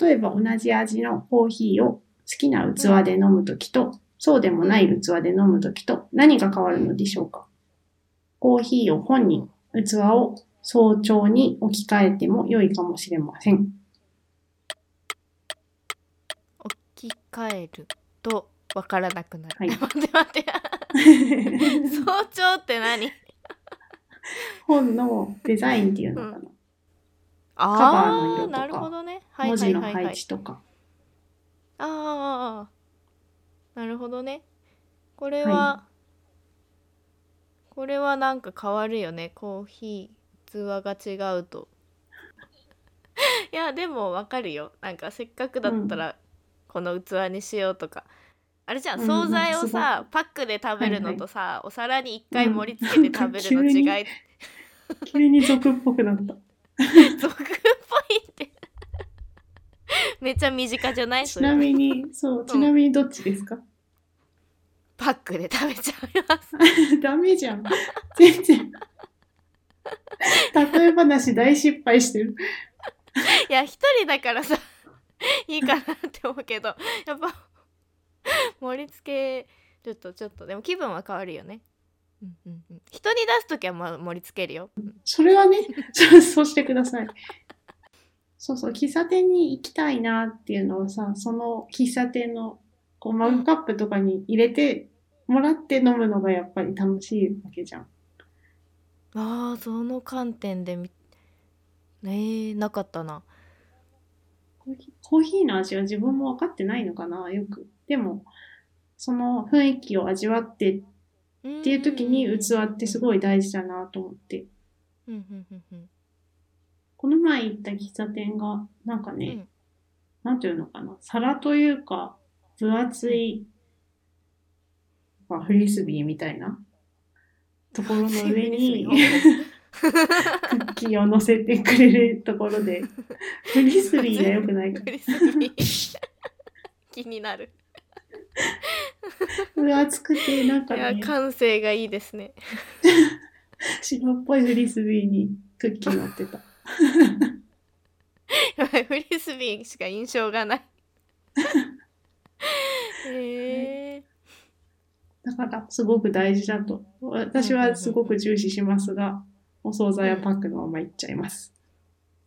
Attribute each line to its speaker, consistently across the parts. Speaker 1: 例えば同じ味のコーヒーを好きな器で飲むときと、そうでもない器で飲むときと何が変わるのでしょうかコーヒーを本に、器を早朝に置き換えても良いかもしれませ ん。
Speaker 2: 置き換えるとわからなくなる。
Speaker 1: はい
Speaker 2: 待って 待って。早朝って何？
Speaker 1: 本のデザインっていうのかな、バーの色
Speaker 2: ああ、
Speaker 1: とか
Speaker 2: なるほどね。は
Speaker 1: 文
Speaker 2: いは
Speaker 1: 字
Speaker 2: い
Speaker 1: の
Speaker 2: はい
Speaker 1: 配
Speaker 2: はい。
Speaker 1: 置とか。
Speaker 2: ああ、なるほどね。これは、これはなんか変わるよね。コーヒー器が違うと。 いやでもわかるよ。なんかせっかくだったらこの器にしようとか。あれじゃん、
Speaker 1: うん
Speaker 2: 惣菜をさ、パックで食べるのとさ、お皿に一回盛り付けて食べるの
Speaker 1: うん
Speaker 2: 違い、
Speaker 1: 急に俗っぽくなった。
Speaker 2: 俗っぽいって めっちゃ身近じゃないそ
Speaker 1: ち
Speaker 2: れ
Speaker 1: なみに、そう、ちなみにどっちですか
Speaker 2: パックで食べちゃいます
Speaker 1: ダメじゃん。全然。例え話大失敗してる。
Speaker 2: いや一人だからさ いいかなって思うけどやっぱ盛り付けるとちょっとでも気分は変わるよね。うんうんうん、人に出す時はまあ盛り付けるよ。
Speaker 1: それはね、 そうそうしてください。そうそう、喫茶店に行きたいなっていうのをさ、その喫茶店のこうマグカップとかに入れてもらって飲むのがやっぱり楽しいわけじゃん。
Speaker 2: ああその観点でみえー、なかったな。
Speaker 1: コーヒーコーヒーの味は自分も分かってないのかな、よく。でも、その雰囲気を味わってっ
Speaker 2: って
Speaker 1: いう時に器ってす
Speaker 2: い。
Speaker 1: ごい大事だなと思って。
Speaker 2: うんうんうんうん
Speaker 1: この前行った喫茶店が、なんかね、
Speaker 2: うん
Speaker 1: なんていうのかな、皿というか、分厚い、まあ、フリスビーみたいなところの上に、クッキーを乗せてくれるところ で、フリスビーが良くないか
Speaker 2: クリスピー 気になる。
Speaker 1: ら。分厚くて、なん
Speaker 2: い
Speaker 1: か
Speaker 2: や
Speaker 1: ね、
Speaker 2: 感性がいいですね。
Speaker 1: 白っぽいフリスビーにクッキー乗ってた。
Speaker 2: やばいフリスビーしか印象が ない。へえ
Speaker 1: だから、すごく大事だと。私はすごく重視しますが、お惣菜はパックのままいっちゃいます。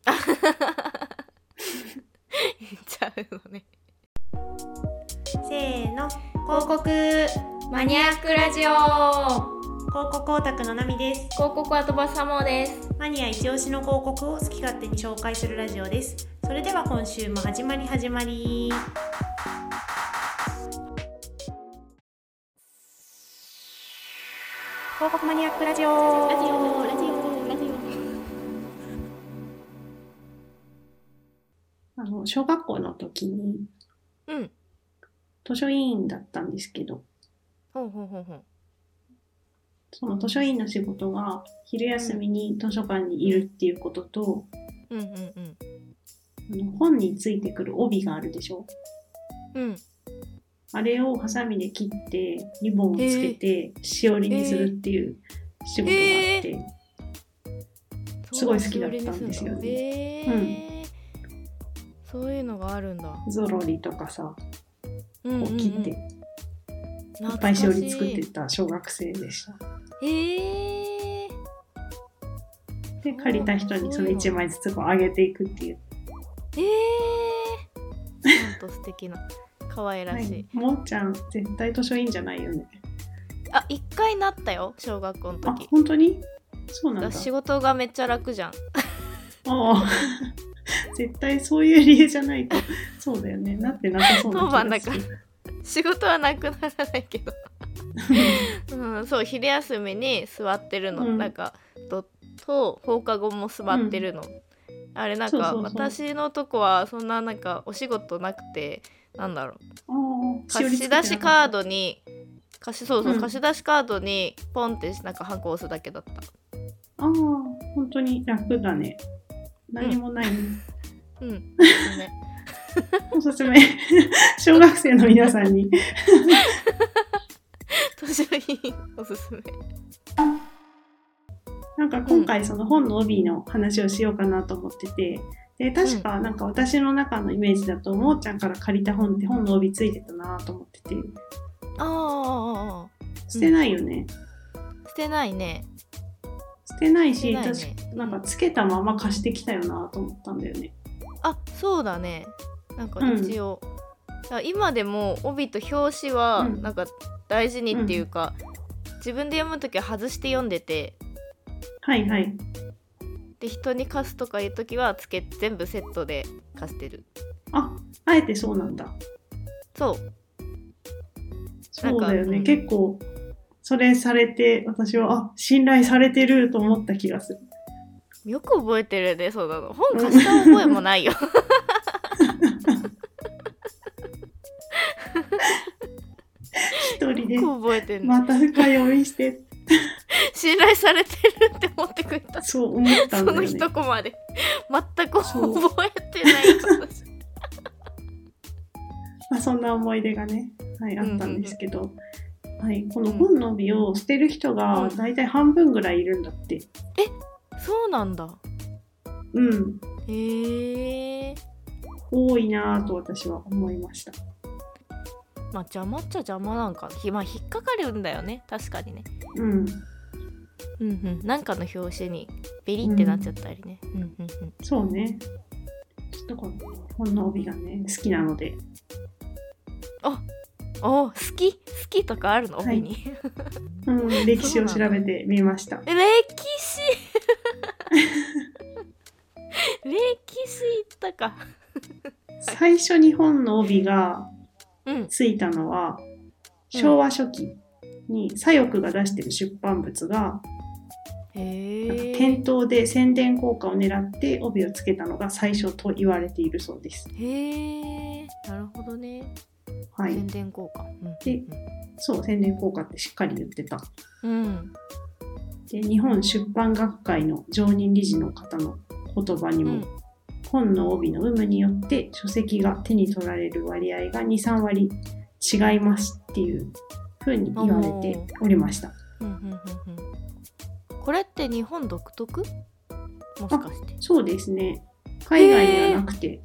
Speaker 2: 言っちゃうのね。
Speaker 3: せーの広告広
Speaker 2: マニアックラジオ
Speaker 3: 告オタクのナミです
Speaker 2: 広告は飛ばすサモーです。
Speaker 3: マニア一押しの広告を好き勝手に紹介するラジオですそれでは今週も始まり始まり広告マニアックラジオラジオラジオラジ
Speaker 1: あの、小学校の時に
Speaker 2: うん。
Speaker 1: 図書委員だったんですけど、
Speaker 2: ほうほうほうほう。
Speaker 1: その図書委員の仕事が昼休みに図書館にいるっていうことと、
Speaker 2: うんうんうん。
Speaker 1: あの本についてくる帯があるでしょ
Speaker 2: うん。
Speaker 1: あれをハサミで切ってリボンをつけてしおりにするっていう仕事があって、すごい好きだったんですよね
Speaker 2: へえそういうのがあるんだ。
Speaker 1: ゾロリとかさ
Speaker 2: うん
Speaker 1: こう
Speaker 2: うんう
Speaker 1: ん切っていっぱいしおり作ってた小学生でした、
Speaker 2: ええ
Speaker 1: で借りた人にその1枚ずつこうあげていくっていう、
Speaker 2: ええー、なんと素敵な可愛ら
Speaker 1: は
Speaker 2: しい、
Speaker 1: い、もーちゃん絶対図書委員じゃないよね
Speaker 2: あ一回なったよ小学校の
Speaker 1: あ
Speaker 2: 時
Speaker 1: 本当にそうなんだ
Speaker 2: 私仕事がめっちゃ楽じゃん
Speaker 1: ああ 絶対そういう理由じゃないとそうだよねなってなさそうな気がする
Speaker 2: 当番だから仕事はなくならないけど、うん、そう昼休みに座ってるの、
Speaker 1: うん
Speaker 2: なんかとと放課後も座ってるの、あれなんか
Speaker 1: そうそうそう
Speaker 2: 私のとこはそんななんかお仕事なくてなんだろう
Speaker 1: ああしお
Speaker 2: 貸
Speaker 1: り
Speaker 2: し
Speaker 1: つけてなか
Speaker 2: 出
Speaker 1: った
Speaker 2: しカードに貸しそうそう、
Speaker 1: うん
Speaker 2: 貸し出しカードにポンってなんかハンコ押すだけだった
Speaker 1: ああ、本当に楽だね。何もない。
Speaker 2: うん、ね、
Speaker 1: おすすめ。 小学生の皆さんに。
Speaker 2: 図書品おすすめ
Speaker 1: なんか今回その本の帯の話をしようかなと思ってて、で確かなんか私の中のイメージだと、もーちゃんから借りた本って本の帯ついてたなと思ってて
Speaker 2: ああ
Speaker 1: 捨てないよね、
Speaker 2: 捨てないね
Speaker 1: 捨てないし
Speaker 2: 捨てないね
Speaker 1: 確かなんかつけたまま貸してきたよなと思ったんだよね
Speaker 2: あそうだねなんか一応、だから今でも帯と表紙は
Speaker 1: うん
Speaker 2: なんか大事にっていうか、自分で読む時は外して読んでて
Speaker 1: はいはい
Speaker 2: で人に貸すとかいう時はつけ全部セットで貸してる
Speaker 1: ああえてそうなんだ
Speaker 2: そう
Speaker 1: そうだよ
Speaker 2: なんかう
Speaker 1: ね
Speaker 2: ん
Speaker 1: 結構それされて私はあ信頼されてると思った気がする
Speaker 2: よく覚えてるねそうなの本貸した覚えもないよ
Speaker 1: 一人で
Speaker 2: よく覚えてる、
Speaker 1: また深読みして
Speaker 2: 信頼されてるって思ってくれた
Speaker 1: そう思った
Speaker 2: そ
Speaker 1: んだよ
Speaker 2: の
Speaker 1: ね
Speaker 2: 一コマで全く
Speaker 1: そう
Speaker 2: 覚えてない私
Speaker 1: まあ、そんな思い出がね、はい、あったんですけど、はい、この本の帯を捨てる人が
Speaker 2: うん
Speaker 1: 大体半分ぐらいいるんだって。
Speaker 2: そうなんだ
Speaker 1: うん、
Speaker 2: へえ
Speaker 1: 多いなぁと私は思いました。
Speaker 2: まあ邪魔っちゃ邪魔なんかひまあ引っかかるんだよね確かにね
Speaker 1: うん、
Speaker 2: うんうんなんかの表紙にベリってなっちゃったりね、うん、うんうん
Speaker 1: そうね。ちょっとこの本の帯がね、好きなので、
Speaker 2: お好き好きとかあるの
Speaker 1: はい
Speaker 2: 帯に、
Speaker 1: うん、歴史を調べてみました。
Speaker 2: 歴史 歴史行ったか
Speaker 1: 最初に本の帯が
Speaker 2: うん
Speaker 1: ついたのは、昭和初期に左翼が出してる出版物が、
Speaker 2: へ
Speaker 1: なんか
Speaker 2: え
Speaker 1: 店頭で宣伝効果を狙って帯をつけたのが最初と言われているそうです。
Speaker 2: へえなるほどね、
Speaker 1: はい、
Speaker 2: 宣伝効果うん
Speaker 1: でそう宣伝効果ってしっかり言ってた。
Speaker 2: うん
Speaker 1: で日本出版学会の常任理事の方の言葉に
Speaker 2: う
Speaker 1: も、
Speaker 2: ん
Speaker 1: 本の帯の有無によって書籍が手に取られる割合が23割違いますっていうふうに言われておりました。
Speaker 2: うんうんうんうんこれって日本独特もしかして
Speaker 1: そうですね海外ではなくて、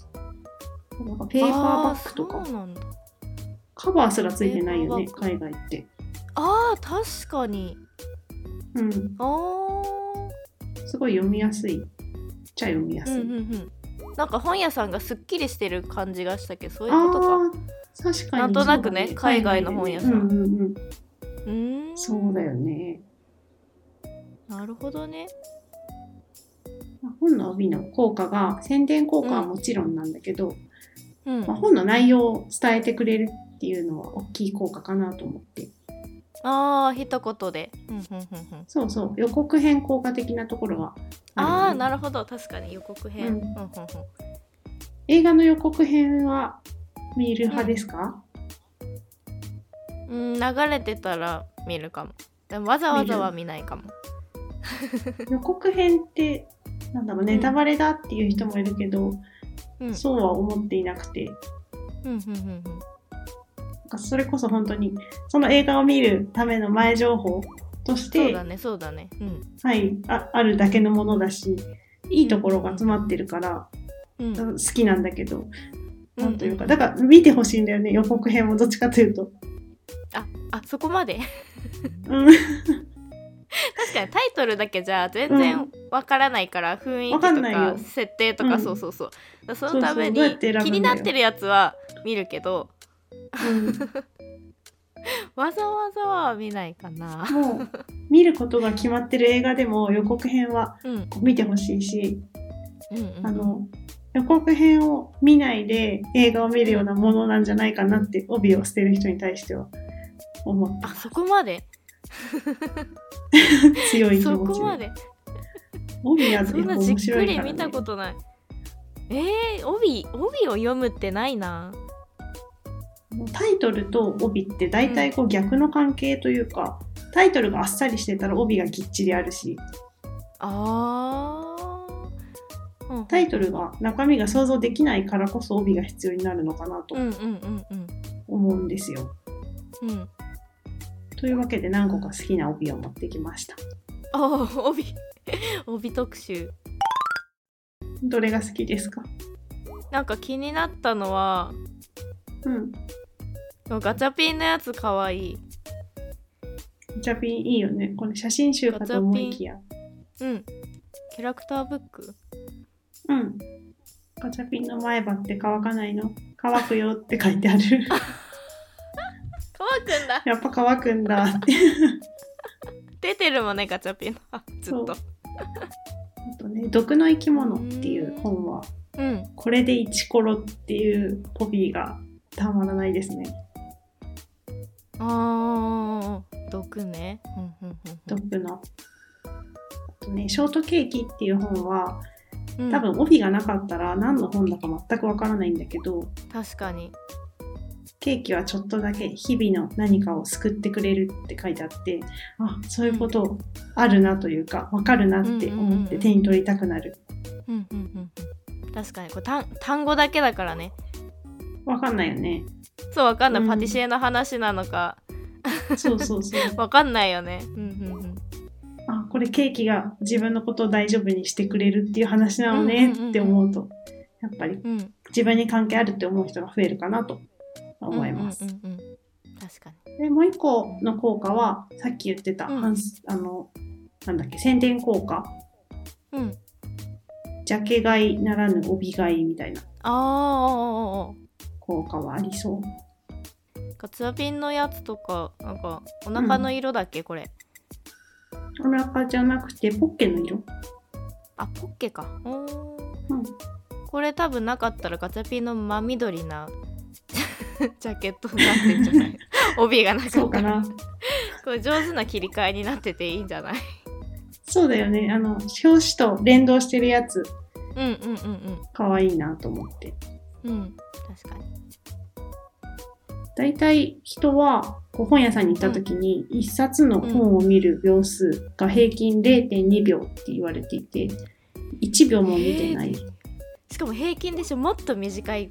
Speaker 1: なんかペーパーバッグと
Speaker 2: あー
Speaker 1: か
Speaker 2: そうなんだ
Speaker 1: カバーすらついてないよね
Speaker 2: ペーパ
Speaker 1: 海外って。
Speaker 2: あー確かに
Speaker 1: うん、
Speaker 2: あー
Speaker 1: すごい読みやすいっちゃ読みや
Speaker 2: う
Speaker 1: すい。
Speaker 2: んうんうんなんか本屋さんがすっきりしてる感じがしたけどそういうことか
Speaker 1: ああー確かに
Speaker 2: なんとなくね
Speaker 1: そうだ
Speaker 2: 海外の本屋さん
Speaker 1: うんうんうん、
Speaker 2: うーん
Speaker 1: そうだよね
Speaker 2: なるほどね
Speaker 1: まあ本の帯の効果が宣伝効果はもちろんなんだけど、
Speaker 2: うん
Speaker 1: まあ、本の内容を伝えてくれるっていうのは大きい効果かなと思って
Speaker 2: あー一言でうんうんうんうん
Speaker 1: そうそう予告編効果的なところは
Speaker 2: ああ
Speaker 1: るよね
Speaker 2: なるほど確かに予告編、
Speaker 1: う
Speaker 2: うんんうんうん、
Speaker 1: 映画の予告編は見る派ですか、
Speaker 2: うん流れてたら見るかもでもわざわざは見ないかも
Speaker 1: 予告編ってなんだろうネタバレだっていう人もいるけど、
Speaker 2: うんうん
Speaker 1: そうは思っていなくて
Speaker 2: うんうんうん
Speaker 1: なんかそれこそ本当にその映画を見るための前情報とし
Speaker 2: そう
Speaker 1: て
Speaker 2: だねそうだねうん
Speaker 1: はい、ああるだけのものだしいいところが詰まってるから、
Speaker 2: うん
Speaker 1: 好きなんだけど、なんというか
Speaker 2: んん
Speaker 1: だから見てほしいんだよね予告編もどっちかというと、
Speaker 2: ああそこまで
Speaker 1: うん、
Speaker 2: 確かにタイトルだけじゃ全然わからないから、雰囲気
Speaker 1: わかんない
Speaker 2: と
Speaker 1: よ
Speaker 2: か設定とか、
Speaker 1: うん
Speaker 2: そうそうそうだからそのために
Speaker 1: そうそうどうやって選ぶんだよ
Speaker 2: 気になってるやつは見るけどわざわざは見ないかな
Speaker 1: もう見ることが決まってる映画でも予告編は
Speaker 2: うんうん
Speaker 1: 見てほしいし、
Speaker 2: うん
Speaker 1: あの予告編を見ないで映画を見るようなものなんじゃないかなって帯を捨てる人に対しては思っ
Speaker 2: あそこまで
Speaker 1: た強い気
Speaker 2: そ
Speaker 1: 持
Speaker 2: こ
Speaker 1: ち
Speaker 2: ま
Speaker 1: で
Speaker 2: で
Speaker 1: 帯はやっ
Speaker 2: そ
Speaker 1: ぱ
Speaker 2: んなじ
Speaker 1: 面
Speaker 2: っ
Speaker 1: 白
Speaker 2: く
Speaker 1: い
Speaker 2: り
Speaker 1: から、ね、
Speaker 2: 見たことない、えー、帯帯を読むってないな
Speaker 1: タイトルと帯って大体こう逆の関係というか、タイトルがあっさりしてたら帯がぎっちりあるし
Speaker 2: あーうん
Speaker 1: タイトルが中身が想像できないからこそ帯が必要になるのかなと
Speaker 2: うんうんうんうん
Speaker 1: 思うんですよ。
Speaker 2: うん
Speaker 1: というわけで何個か好きな帯を 持ってきました。
Speaker 2: ああ帯帯特集
Speaker 1: どれが好きですか
Speaker 2: なんか気になったのは
Speaker 1: うん。
Speaker 2: ガチャピンのやつかわいい
Speaker 1: ガチャピンいいよね。これ写真集かと思いきや。
Speaker 2: うんキャラクターブック
Speaker 1: うん。ガチャピンの前歯って乾かないの乾くよって書いて ある。
Speaker 2: かわくんだ
Speaker 1: やっぱ乾くんだって。
Speaker 2: 出てるもんねガチャピンの歯ずっと
Speaker 1: あとね、毒の生き物っていう本は、
Speaker 2: うん
Speaker 1: これでイチコロっていうコピーがたまらないですね。
Speaker 2: あー毒ねうんうん
Speaker 1: ドップの。あとね、ショートケーキっていう本は、
Speaker 2: うんうん
Speaker 1: 多分帯がなかったら何の本だか全くわからないんだけど、
Speaker 2: 確かに
Speaker 1: ケーキはちょっとだけ日々の何かを救ってくれるって書いてあって、あ、そういうことあるなというか、わかるなって思っ
Speaker 2: うんうんうんう
Speaker 1: て
Speaker 2: ん
Speaker 1: 手に取りたくなる。
Speaker 2: うんうんうんうん確かにこれ単単語だけだからね
Speaker 1: わかんないよね。
Speaker 2: そうわかんない、
Speaker 1: うん
Speaker 2: パティシエの話なのか
Speaker 1: そうそうそう。
Speaker 2: わかんないよねうんうんうん
Speaker 1: あ、これケーキが自分のことを大丈夫にしてくれるっていう話なのね
Speaker 2: うんうんうん
Speaker 1: って思うと、やっぱり
Speaker 2: うん
Speaker 1: 自分に関係あるって思う人が増えるかなと思います。
Speaker 2: うんうんうんうん確かに。
Speaker 1: でもう一個の効果はさっき言ってた、
Speaker 2: うん
Speaker 1: 反すあのなんだっけ宣伝効果
Speaker 2: うん。
Speaker 1: ジャケ買いならぬ帯買いみたいな
Speaker 2: あ
Speaker 1: 効果はありそう
Speaker 2: あ。ガツアピンのやつとか、なんかお腹の色だっけ、これ。
Speaker 1: お腹じゃなくてポッケの色、
Speaker 2: あ、ポッケか。おー
Speaker 1: うん、
Speaker 2: これ多分なかったらガチャピンの真緑 なジャケットになってんじゃない 帯がなかったら
Speaker 1: そうかな
Speaker 2: これ上手な切り替えになってていいんじゃない
Speaker 1: そうだよねあの表紙と連動してるやつ
Speaker 2: うんうんうん
Speaker 1: かわいいなと思って
Speaker 2: うん。うん。確かに。
Speaker 1: だいたい人はこう本屋さんに行った時に一冊の本を見る秒数が平均0.2秒って言われていて1秒も見てない、
Speaker 2: しかも平均でしょもっと短い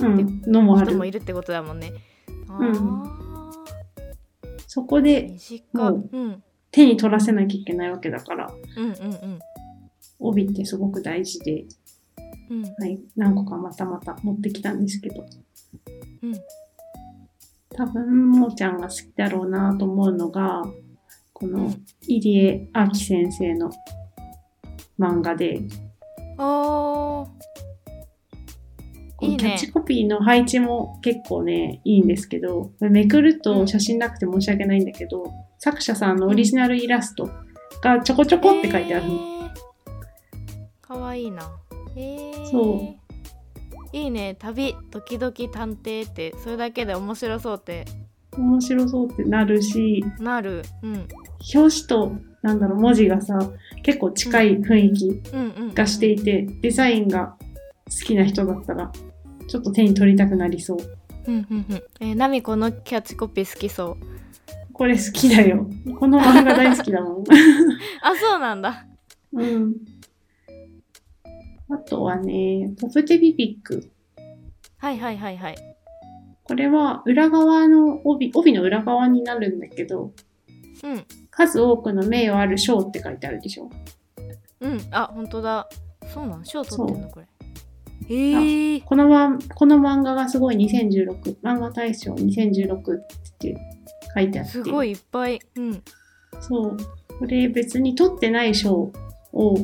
Speaker 1: うん、のもあ
Speaker 2: 人もい
Speaker 1: る
Speaker 2: るってことだもんね。あ
Speaker 1: んそこ
Speaker 2: あ、
Speaker 1: で
Speaker 2: 短
Speaker 1: も
Speaker 2: い。うん。
Speaker 1: 手に取らせなきゃいけないわけだから
Speaker 2: うんうんうん
Speaker 1: 帯ってすごく大事で、
Speaker 2: うん
Speaker 1: はい、何個かまたまた持ってきたんですけど
Speaker 2: うん
Speaker 1: 多分もーちゃんが好きだろうなと思うのがこ
Speaker 2: う
Speaker 1: の
Speaker 2: ん
Speaker 1: 入江亜紀先生の漫画で、
Speaker 2: おー
Speaker 1: こ
Speaker 2: いい
Speaker 1: のキャ
Speaker 2: ね
Speaker 1: ッチコピーの配置も結構ねいいんですけどめくると写真なくて申し訳ないんだけど、作者さんのオリジナルイラストがちょこちょこって書いてあるの、
Speaker 2: えーかわいいなえー、
Speaker 1: そう
Speaker 2: いいね旅時々探偵ってそれだけで面白そうって
Speaker 1: 面白そうってなるし
Speaker 2: なる、うん、
Speaker 1: 表紙となんだろう文字がさ結構近い雰囲気
Speaker 2: うんうんうん
Speaker 1: がしていて、デザインが好きな人だったらちょっと手に取りたくなりそう
Speaker 2: うんうんうんえー、ナミこのキャッチコピー好きそう
Speaker 1: これ好きだよこの漫画大好きだもん
Speaker 2: あそうなんだ
Speaker 1: うんあとはねポプテビビック
Speaker 2: はいはいはいはい
Speaker 1: これは裏側の帯帯の裏側になるんだけど
Speaker 2: うん
Speaker 1: 数多くの名誉ある賞って書いてあるでしょ
Speaker 2: うんあ本当だそうなの賞取ってんのこれえー、
Speaker 1: このまこの漫画がすごい2016漫画大賞2016って書いてあって
Speaker 2: すごいいっぱいうん
Speaker 1: そう。これ別に取ってない賞を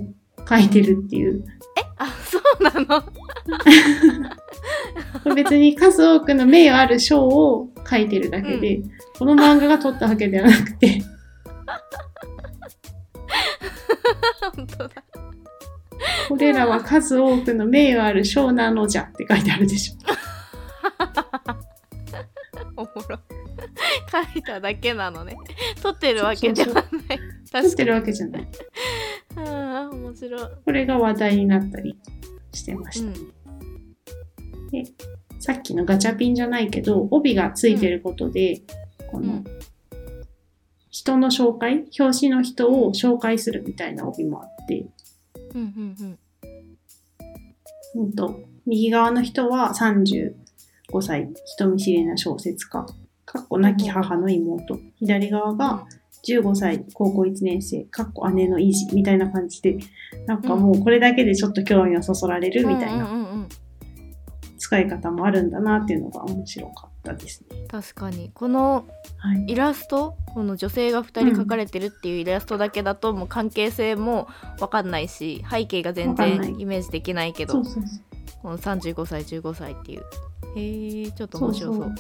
Speaker 1: 書いてるっていう。
Speaker 2: あそうなの
Speaker 1: これ別に数多くの名誉ある賞を書いてるだけで、この漫画が取ったわけではなくて、
Speaker 2: 本当だ
Speaker 1: これらは数多くの名誉ある賞なのじゃって書いてあるでしょ。
Speaker 2: おもろ書いただけなのね撮ってるわけじゃない
Speaker 1: 取っ
Speaker 2: 確か
Speaker 1: て
Speaker 2: に
Speaker 1: るわけじゃない。
Speaker 2: あー面白い、
Speaker 1: これが話題になったりしてまし
Speaker 2: う
Speaker 1: た。
Speaker 2: ん、
Speaker 1: さっきのガチャピンじゃないけど、帯がついてることで、こ
Speaker 2: う
Speaker 1: の
Speaker 2: ん
Speaker 1: 人の紹介、表紙の人を紹介するみたいな帯もあって、
Speaker 2: うんうん
Speaker 1: うんと、右側の人は35歳、人見知りな小説家、かっこなき母の妹。左側
Speaker 2: うん
Speaker 1: が15歳、高校1年生、かっこ姉のいいし、みたいな感じで、なんかもうこれだけでちょっと興味をそそられるみたい
Speaker 2: うん
Speaker 1: な
Speaker 2: うんうんうん
Speaker 1: 使い方もあるんだなっていうのが面白かったですね。
Speaker 2: 確かにこの
Speaker 1: はい。
Speaker 2: イラストこの女性が2人描かれてるっていうイラストだけだともう関係性も分かんないし背景が全
Speaker 1: わかんない
Speaker 2: 然イメージできないけ
Speaker 1: そ
Speaker 2: ど
Speaker 1: うそうそう。
Speaker 2: この35歳15歳っていうへえちょっと面白そう
Speaker 1: そう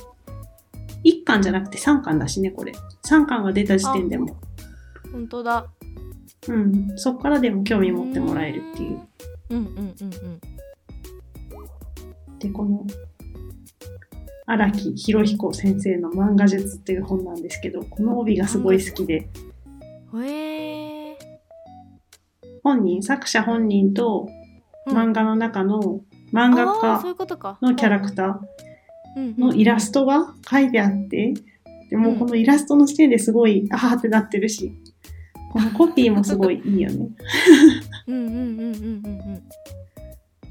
Speaker 1: 1巻じゃなくて3巻だしね、これ。3巻が出た時点でも。
Speaker 2: 本当だ
Speaker 1: うん。そこからでも興味持ってもらえるっていう。
Speaker 2: うんうんうんうん
Speaker 1: で、この、荒木博彦先生の漫画術っていう本なんですけど、この帯がすごい好きで、
Speaker 2: うんへえ
Speaker 1: 本人、作者本人と漫画の中の漫画
Speaker 2: そ
Speaker 1: 家
Speaker 2: ういうことか
Speaker 1: のキャラクター、のイラストが書いてあって、でもうこのイラストの時点ですごい、あーってなってるし、このコピーもすごいいいよね。
Speaker 2: うんうんうんうんうんうん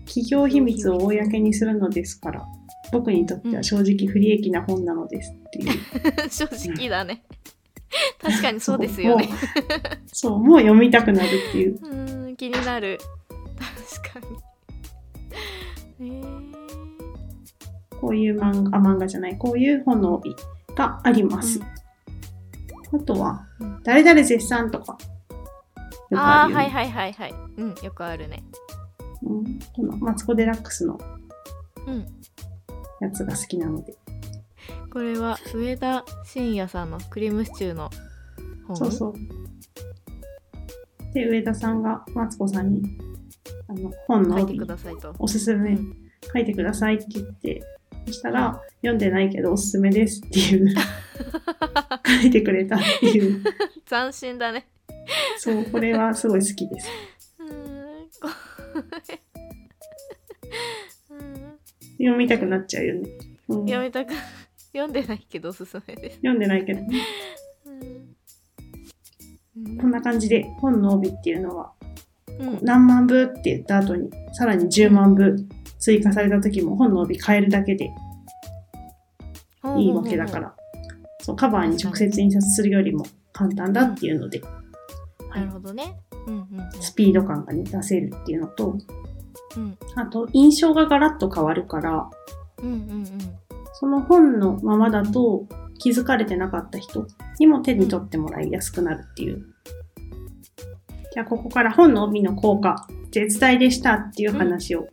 Speaker 1: 企業秘密を公にするのですから、僕にとっては正直不利益な本なのですっていう。
Speaker 2: 正直だね確かに そうですよね
Speaker 1: もう。そう、もう読みたくなるっていう。
Speaker 2: うーん気になる確かにへえ
Speaker 1: こういう漫画、あ漫画じゃない、こういう本の帯があります。あとは
Speaker 2: うん、
Speaker 1: 誰々絶賛とか。よくあ
Speaker 2: ああ
Speaker 1: るよね
Speaker 2: はいはいはいはいうんよくあるね
Speaker 1: うんこのマツコ・デラックスの
Speaker 2: うん
Speaker 1: やつが好きなので、
Speaker 2: これは上田晋也さんのクリームシチューの本
Speaker 1: そうそうで上田さんがマツコさんにあの本の
Speaker 2: 書いて
Speaker 1: 帯
Speaker 2: くださいと
Speaker 1: おすすめ
Speaker 2: うん
Speaker 1: 書いてくださいって言ってそしたら読んでないけどおすすめですっていう 書いてくれたっていう
Speaker 2: 斬新だね
Speaker 1: そうこれはすごい好きです
Speaker 2: うーんこれうーん
Speaker 1: 読みたくなっちゃうよね、うん
Speaker 2: 読
Speaker 1: 読
Speaker 2: みたく読んでないけどおすすめです
Speaker 1: んでないけど
Speaker 2: うん
Speaker 1: こんな感じで本の帯っていうのは
Speaker 2: うん
Speaker 1: 何万部って言った後にさらに10万部追加された時も本の帯変えるだけでいいわけだから、そうカバーに直接印刷するよりも簡単だっていうので、は
Speaker 2: ないるほどね。うんうんうん
Speaker 1: スピード感が、ね、出せるっていうのと
Speaker 2: うん
Speaker 1: あと印象がガラッと変わるから
Speaker 2: うんうん
Speaker 1: その本のままだと気づかれてなかった人にも手に取ってもらいやすくなるっていう。じゃあここから本の帯の効果絶大でしたっていう話を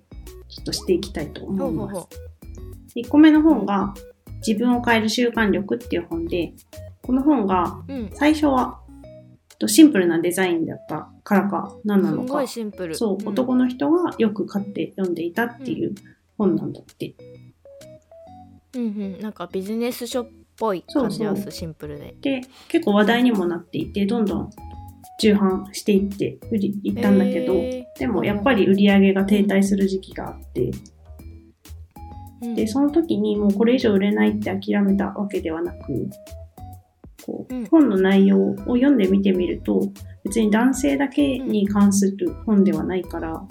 Speaker 1: ちょっとしていきたいと
Speaker 2: うん。ほ
Speaker 1: 思
Speaker 2: う
Speaker 1: い
Speaker 2: ほう
Speaker 1: ます
Speaker 2: ほ。う。
Speaker 1: 1個目の本が「自分を変える習慣力」っていう本でこの本が
Speaker 2: うん。
Speaker 1: 最初はえっとシンプルなデザインだったからか何な
Speaker 2: す
Speaker 1: の
Speaker 2: ご
Speaker 1: か
Speaker 2: いシンプル。
Speaker 1: そう、
Speaker 2: ん
Speaker 1: 男の人がよく買って読んでいたっていう本なんだって、
Speaker 2: うんうん。なんかビジネス書っぽい感じがするシンプルで。
Speaker 1: で結構話題にもなっていてどんどん重版していって売り行ったんだけど、
Speaker 2: へー
Speaker 1: でもやっぱり売り上げが停滞する時期があって
Speaker 2: うん
Speaker 1: でその時にもうこれ以上売れないって諦めたわけではなくこう、
Speaker 2: うん
Speaker 1: 本の内容を読んでみてみると別に男性だけに関する本ではないから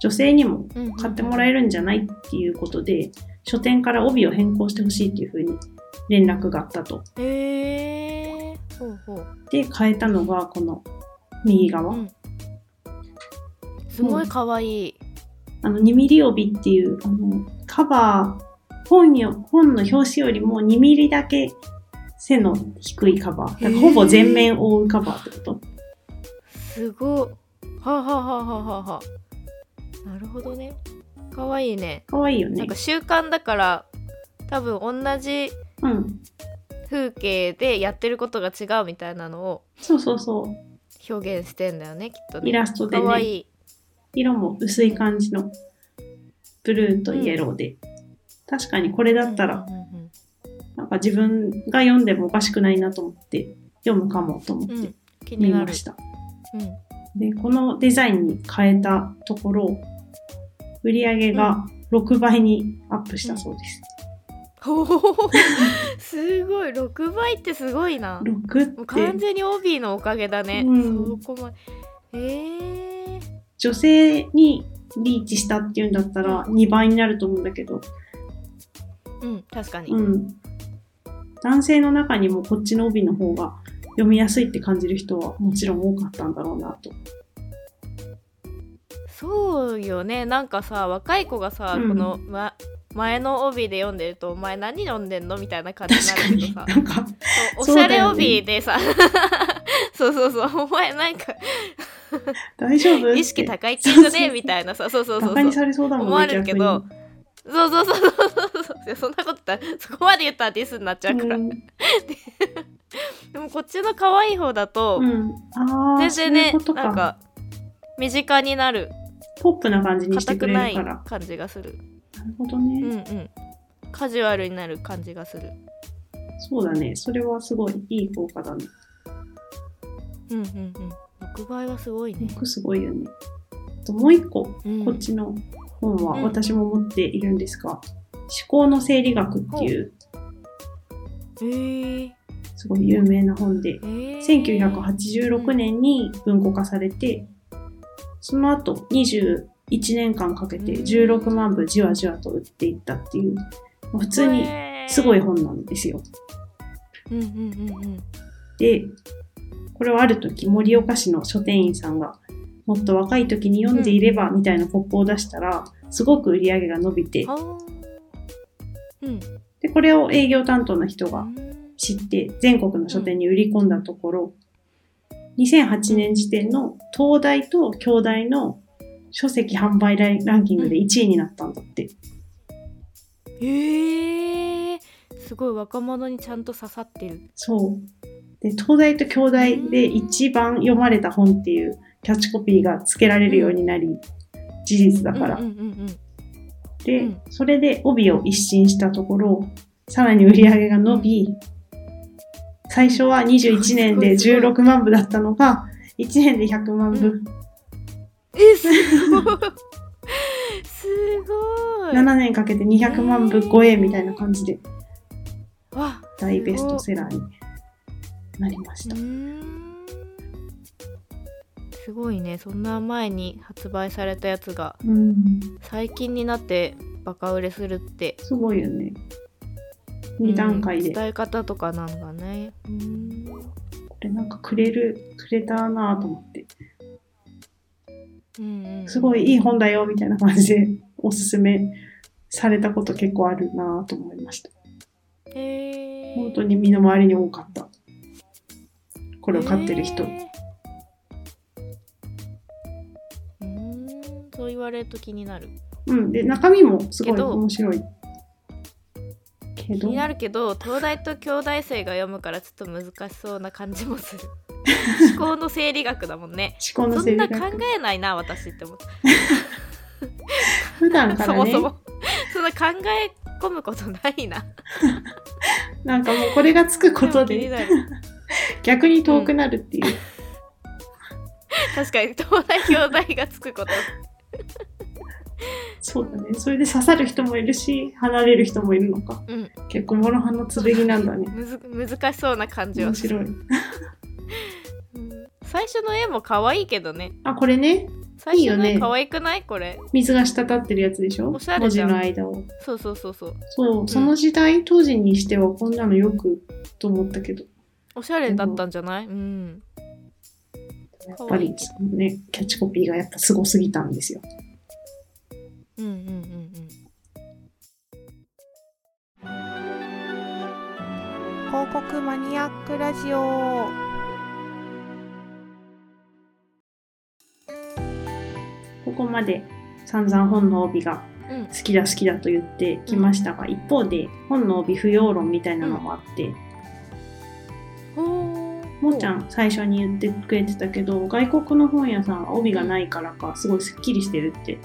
Speaker 1: 女性にも
Speaker 2: うんうん
Speaker 1: 買ってもらえるんじゃないっていうことで書店から帯を変更してほしいっていうふうに連絡があったと。
Speaker 2: へえ。ほうほう。
Speaker 1: で変えたのがこの右側、
Speaker 2: うんすごい可愛い。
Speaker 1: あの2ミリ帯っていうあのカバー本よ本の表紙よりも2ミリだけ背の低いカバーだからほぼ全面覆うカバーってこと
Speaker 2: すごい。はあはあはあはあはあはあ。なるほどね。可愛いね。
Speaker 1: かわいいよね
Speaker 2: なんか習慣だから多分同じ
Speaker 1: うん
Speaker 2: 風景でやってることが違うみたいなのを
Speaker 1: そうそうそう
Speaker 2: 表現してんだよねきっとね
Speaker 1: イラストで
Speaker 2: かわ
Speaker 1: ね
Speaker 2: いい
Speaker 1: 色も薄い感じのブルーとイエローで、確かにこれだったら
Speaker 2: うんうん
Speaker 1: なんか自分が読んでもおかしくないなと思って読むかもと思
Speaker 2: うんう
Speaker 1: って
Speaker 2: ん気に
Speaker 1: 見
Speaker 2: な
Speaker 1: ま
Speaker 2: る
Speaker 1: した、
Speaker 2: うん
Speaker 1: でこのデザインに変えたところ売り上げが6倍にアップしたそうです、
Speaker 2: ほほほほ すごい6倍ってすごいな
Speaker 1: 6
Speaker 2: もう完
Speaker 1: って
Speaker 2: 全に OB のおかげだね、
Speaker 1: うん
Speaker 2: そこまでえー、
Speaker 1: 女性にリーチしたっていうんだったら2倍になると思うんだけど、
Speaker 2: うん確かに、
Speaker 1: うん、男性の中にもこっちの帯の方が読みやすいって感じる人はもちろん多かったんだろうなと。
Speaker 2: そうよねなんかさ若い子がさ、
Speaker 1: うん
Speaker 2: この、ま、前の帯で読んでると「お前何読んでんの?」みたいな感じになる
Speaker 1: 確
Speaker 2: けど
Speaker 1: かになん
Speaker 2: さ
Speaker 1: か
Speaker 2: そうお
Speaker 1: そう
Speaker 2: し
Speaker 1: だ
Speaker 2: ゃ
Speaker 1: よね
Speaker 2: れ帯でさ そうそうそうお前なんか
Speaker 1: 大丈夫
Speaker 2: 意識高い系じゃねえみたいなさそうそうそ
Speaker 1: バ
Speaker 2: うそ
Speaker 1: カ
Speaker 2: う
Speaker 1: にされそうだもん
Speaker 2: 思われるけどそうそうそうそうそうそうそんなこと言ったらそこまで言ったらディスになっちゃう
Speaker 1: 逆
Speaker 2: か
Speaker 1: にう
Speaker 2: ら、
Speaker 1: ん
Speaker 2: でもこっちの可愛い方だと、
Speaker 1: うん、ああ
Speaker 2: 全
Speaker 1: そうい
Speaker 2: 然ね
Speaker 1: うことか
Speaker 2: なんか身近になる
Speaker 1: ポップな感じにして
Speaker 2: 硬
Speaker 1: く
Speaker 2: く
Speaker 1: れ
Speaker 2: な
Speaker 1: る
Speaker 2: い
Speaker 1: からな
Speaker 2: 感じがする
Speaker 1: るほど
Speaker 2: うんう
Speaker 1: ね、
Speaker 2: んカジュアルになる感じがする
Speaker 1: そうだねそれはすごいいい効果だね
Speaker 2: うんうんうん6倍はすごいね、
Speaker 1: 僕すごいよねあともう一個こ
Speaker 2: うん、
Speaker 1: っちの本
Speaker 2: う
Speaker 1: は
Speaker 2: ん
Speaker 1: 私も持っているんですが、思考の生理学っていう
Speaker 2: えー、
Speaker 1: すごい有名な本で
Speaker 2: えー、
Speaker 1: 1986年に文庫化されてその後21年間かけて16万部じわじわと売っていったっていうもう普通にすごい本なんですよ。
Speaker 2: うんうんうんうん
Speaker 1: でこれはある時盛岡市の書店員さんがもっと若い時に読んでいればみたいなポップを出したらすごく売り上げが伸びて
Speaker 2: あーうん
Speaker 1: でこれを営業担当の人が
Speaker 2: うん
Speaker 1: 知って全国の書店に売り込んだところ、2008年時点の東大と京大の書籍販売ラインランキングで1位になったんだって、
Speaker 2: えー、すごい若者にちゃんと刺さってる
Speaker 1: そうで東大と京大で一番読まれた本っていうキャッチコピーが付けられるようになり事実だから、
Speaker 2: うんうんうん
Speaker 1: で、
Speaker 2: うん
Speaker 1: それで帯を一新したところさらに売り上げが伸び最初は21年で16万部だったのが1年で100万部、
Speaker 2: うんえすごいすごい
Speaker 1: 7年かけて200万部超えみたいな感じで
Speaker 2: わ
Speaker 1: 大ベストセラーになりまし
Speaker 2: う
Speaker 1: た。
Speaker 2: ーんすごいねそんな前に発売されたやつが
Speaker 1: うん、
Speaker 2: 最近になってバカ売れするって
Speaker 1: すごいよね。2段階
Speaker 2: うん
Speaker 1: で。
Speaker 2: 伝え方とかなんだねうーん
Speaker 1: これなんかくれる、くれたなぁと思って。
Speaker 2: うんうん
Speaker 1: すごいいい本だよみたいな感じでおすすめされたこと結構あるなぁと思いました。
Speaker 2: へー
Speaker 1: 本当に身の回りに多かった。これを買ってる人。
Speaker 2: へーうーんそう言われると気になる
Speaker 1: うん。で、中身もすごい
Speaker 2: けど
Speaker 1: 面白い。け
Speaker 2: 気
Speaker 1: ど
Speaker 2: に、なるけど東大と京大生が読むからちょっと難しそうな感じ もする思考の生理学だもんね
Speaker 1: 思考の
Speaker 2: そ
Speaker 1: 整
Speaker 2: ん
Speaker 1: 理
Speaker 2: な
Speaker 1: 学
Speaker 2: 考えないな私って思って
Speaker 1: 普段か
Speaker 2: そ
Speaker 1: ら
Speaker 2: も
Speaker 1: ね
Speaker 2: そ、もそんな考え込むことないな
Speaker 1: なんかもうこれがつくこと
Speaker 2: でも気に
Speaker 1: で
Speaker 2: なる
Speaker 1: 逆に遠くなるっていう、
Speaker 2: 確かに東大京大がつくこと
Speaker 1: そうだねそれで刺さる人もいるし離れる人もいるのか、
Speaker 2: うん
Speaker 1: 結構諸刃の剣なんだね
Speaker 2: むず難しそうな感じは
Speaker 1: 面
Speaker 2: す
Speaker 1: 白
Speaker 2: る
Speaker 1: い
Speaker 2: うん最初の絵も可愛いけどね
Speaker 1: あこれね
Speaker 2: 最初の
Speaker 1: いいよ
Speaker 2: 絵
Speaker 1: ね
Speaker 2: 可愛くないこれ
Speaker 1: 水が滴ってるやつでしょ
Speaker 2: おしゃ
Speaker 1: 文
Speaker 2: れじ
Speaker 1: 字
Speaker 2: ゃん
Speaker 1: の間を
Speaker 2: そうそうそうそう
Speaker 1: そうその時代、当時にしてはこんなのよくと思ったけど
Speaker 2: おしゃれだったんじゃないうん
Speaker 1: やっぱ
Speaker 2: 可愛い
Speaker 1: りそのねキャッチコピーがやっぱすごすぎたんですよ
Speaker 2: うんうんうんうん
Speaker 3: 広告マニアックラジオ
Speaker 1: ここまで散々本の帯が
Speaker 2: うん
Speaker 1: 好きだ好きだと言ってきましたが、一方で本の帯不要論みたいなのもあって、
Speaker 2: ほー
Speaker 1: もーちゃん最初に言ってくれてたけど外国の本屋さんは帯がないからかすごいすっきりしてるって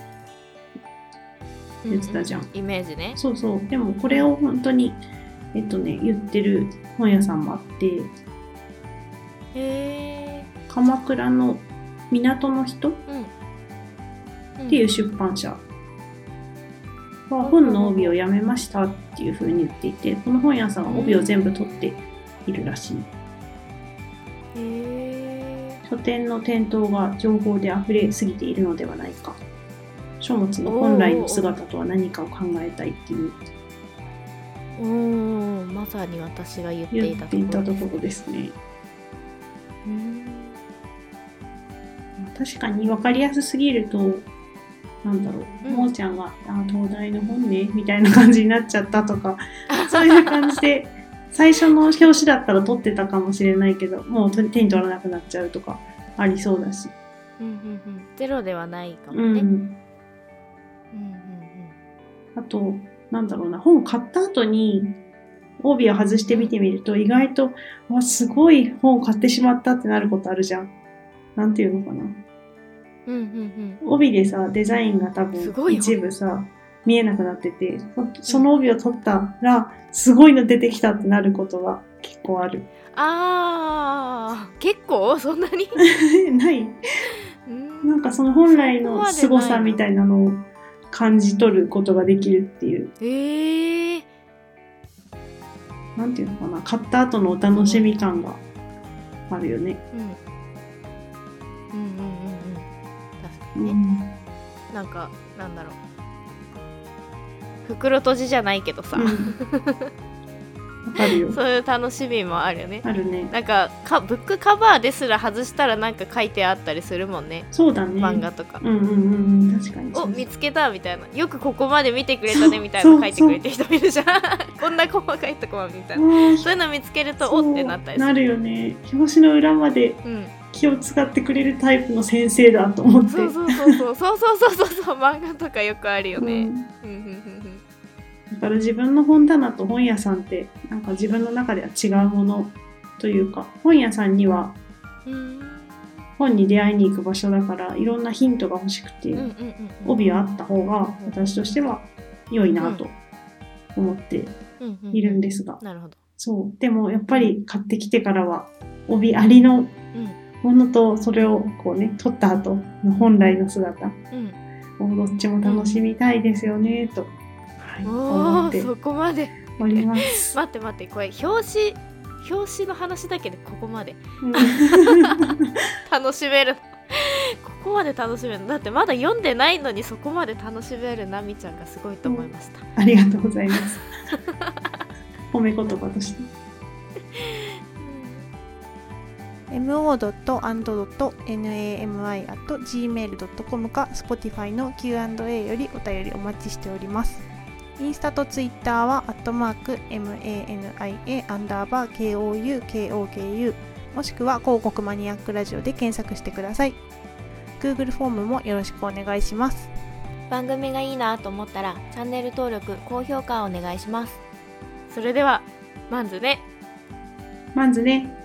Speaker 1: 言ってたじゃん
Speaker 2: ううイメージね
Speaker 1: そうそうでもこれを本当にえっとね言ってる本屋さんもあって
Speaker 2: へえ
Speaker 1: 鎌倉の港の人っ
Speaker 2: うん
Speaker 1: ていう出版社は本の帯をやめましたっていう風に言っていてこの本屋さんは帯を全部取っているらしい
Speaker 2: へ
Speaker 1: 書店の店頭が情報で溢れすぎているのではないか書物の本来の姿とは何かを考えたいっていう
Speaker 2: えおーまさに私が言って
Speaker 1: 言
Speaker 2: い
Speaker 1: ったて
Speaker 2: と
Speaker 1: い
Speaker 2: こ
Speaker 1: た
Speaker 2: ろ
Speaker 1: ところですね。
Speaker 2: うん
Speaker 1: 確かに分かりやすすぎるとなんだろう、
Speaker 2: うん
Speaker 1: もーちゃんは「あ東大の本ね」みたいな感じになっちゃったとか そういう感じで最初の表紙だったら取ってたかもしれないけどもう手に取らなくなっちゃうとかありそうだし、
Speaker 2: うんうんゼロではないかも
Speaker 1: う
Speaker 2: ね。うん
Speaker 1: ん、
Speaker 2: うん
Speaker 1: あとなんだろうな本買った後に帯を外して見てみると意外とわすごい本を買ってしまったってなることあるじゃん。なんていうのかな
Speaker 2: うんうんうん
Speaker 1: 帯でさデザインが多
Speaker 2: すごい
Speaker 1: 分一
Speaker 2: よ
Speaker 1: 部さ見えなくなっててそその帯を取ったらすごいの出てきたってなることが結構ある。
Speaker 2: うん。ああ結構そん な に。
Speaker 1: ない
Speaker 2: うん
Speaker 1: なんかその本来
Speaker 2: そこ
Speaker 1: の
Speaker 2: までない
Speaker 1: 凄さみたいなのを感じ取ることができるっていう
Speaker 2: ええー。
Speaker 1: なんていうのかな買った後のお楽しみ感があるよね。
Speaker 2: うん。うんうんうんうん。確か
Speaker 1: う
Speaker 2: にね。
Speaker 1: ん
Speaker 2: なんかなんだろう。袋閉じじゃないけどさ、
Speaker 1: うんわかるよ。
Speaker 2: そういう楽しみもあるよね。
Speaker 1: あるね。
Speaker 2: なんかかブックカバーですら外したらなんか書いてあったりするもんね
Speaker 1: そうだね。
Speaker 2: 漫画とか、
Speaker 1: うんうんうんうん確かに。
Speaker 2: お見
Speaker 1: つ
Speaker 2: つけたみたいなよくここまで見てくれた
Speaker 1: そ
Speaker 2: ね
Speaker 1: う
Speaker 2: みたいなの書いて
Speaker 1: そう
Speaker 2: くれてる人もいるじゃん こんな細かいとこまでみたいなそういうの見つけるとおってなったりす
Speaker 1: な
Speaker 2: る
Speaker 1: るよね。表紙の裏まで
Speaker 2: うん、
Speaker 1: 気を使ってくれるタイプの先生だと思って。
Speaker 2: そうそうそうそうそうそうそうそう漫画とかよくあるよ
Speaker 1: う
Speaker 2: ね、
Speaker 1: ん
Speaker 2: うん、うんうん
Speaker 1: だから自分の本棚と本屋さんってなんか自分の中では違うものというか本屋さんには
Speaker 2: うんうん
Speaker 1: 本に出会いに行く場所だからいろんなヒントが欲しくて、
Speaker 2: うんうんうんうん
Speaker 1: 帯はあった方が私としては良いなと思って
Speaker 2: うんうん
Speaker 1: いるんですが、
Speaker 2: なるほど
Speaker 1: そうでもやっぱり買ってきてからは帯ありのものとそれをこうね取った後の本来の姿
Speaker 2: うん
Speaker 1: をどっちも楽しみたいですよねと、はい、
Speaker 2: お
Speaker 1: 思っ
Speaker 2: ー
Speaker 1: て
Speaker 2: そこまで
Speaker 1: おり ます。
Speaker 2: 待って待ってこれ表紙表紙の話だけでここまで楽しめるここまで楽しめるだってまだ読んでないのにそこまで楽しめるナミちゃんがすごいと思いました、
Speaker 1: ありがとうござい ます。褒め言葉として。
Speaker 4: mo.and.nami.gmail.com か Spotify の Q&A よりお便りお待ちしております。インスタとツイッターは、アットマーク、mania アンダーバー kou koku もしくは広告マニアックラジオで検索してください。Google フォームもよろしくお願いします。
Speaker 2: 番組がいいなと思ったらチャンネル登録高評価お願いしますそれではまずね
Speaker 1: まずね。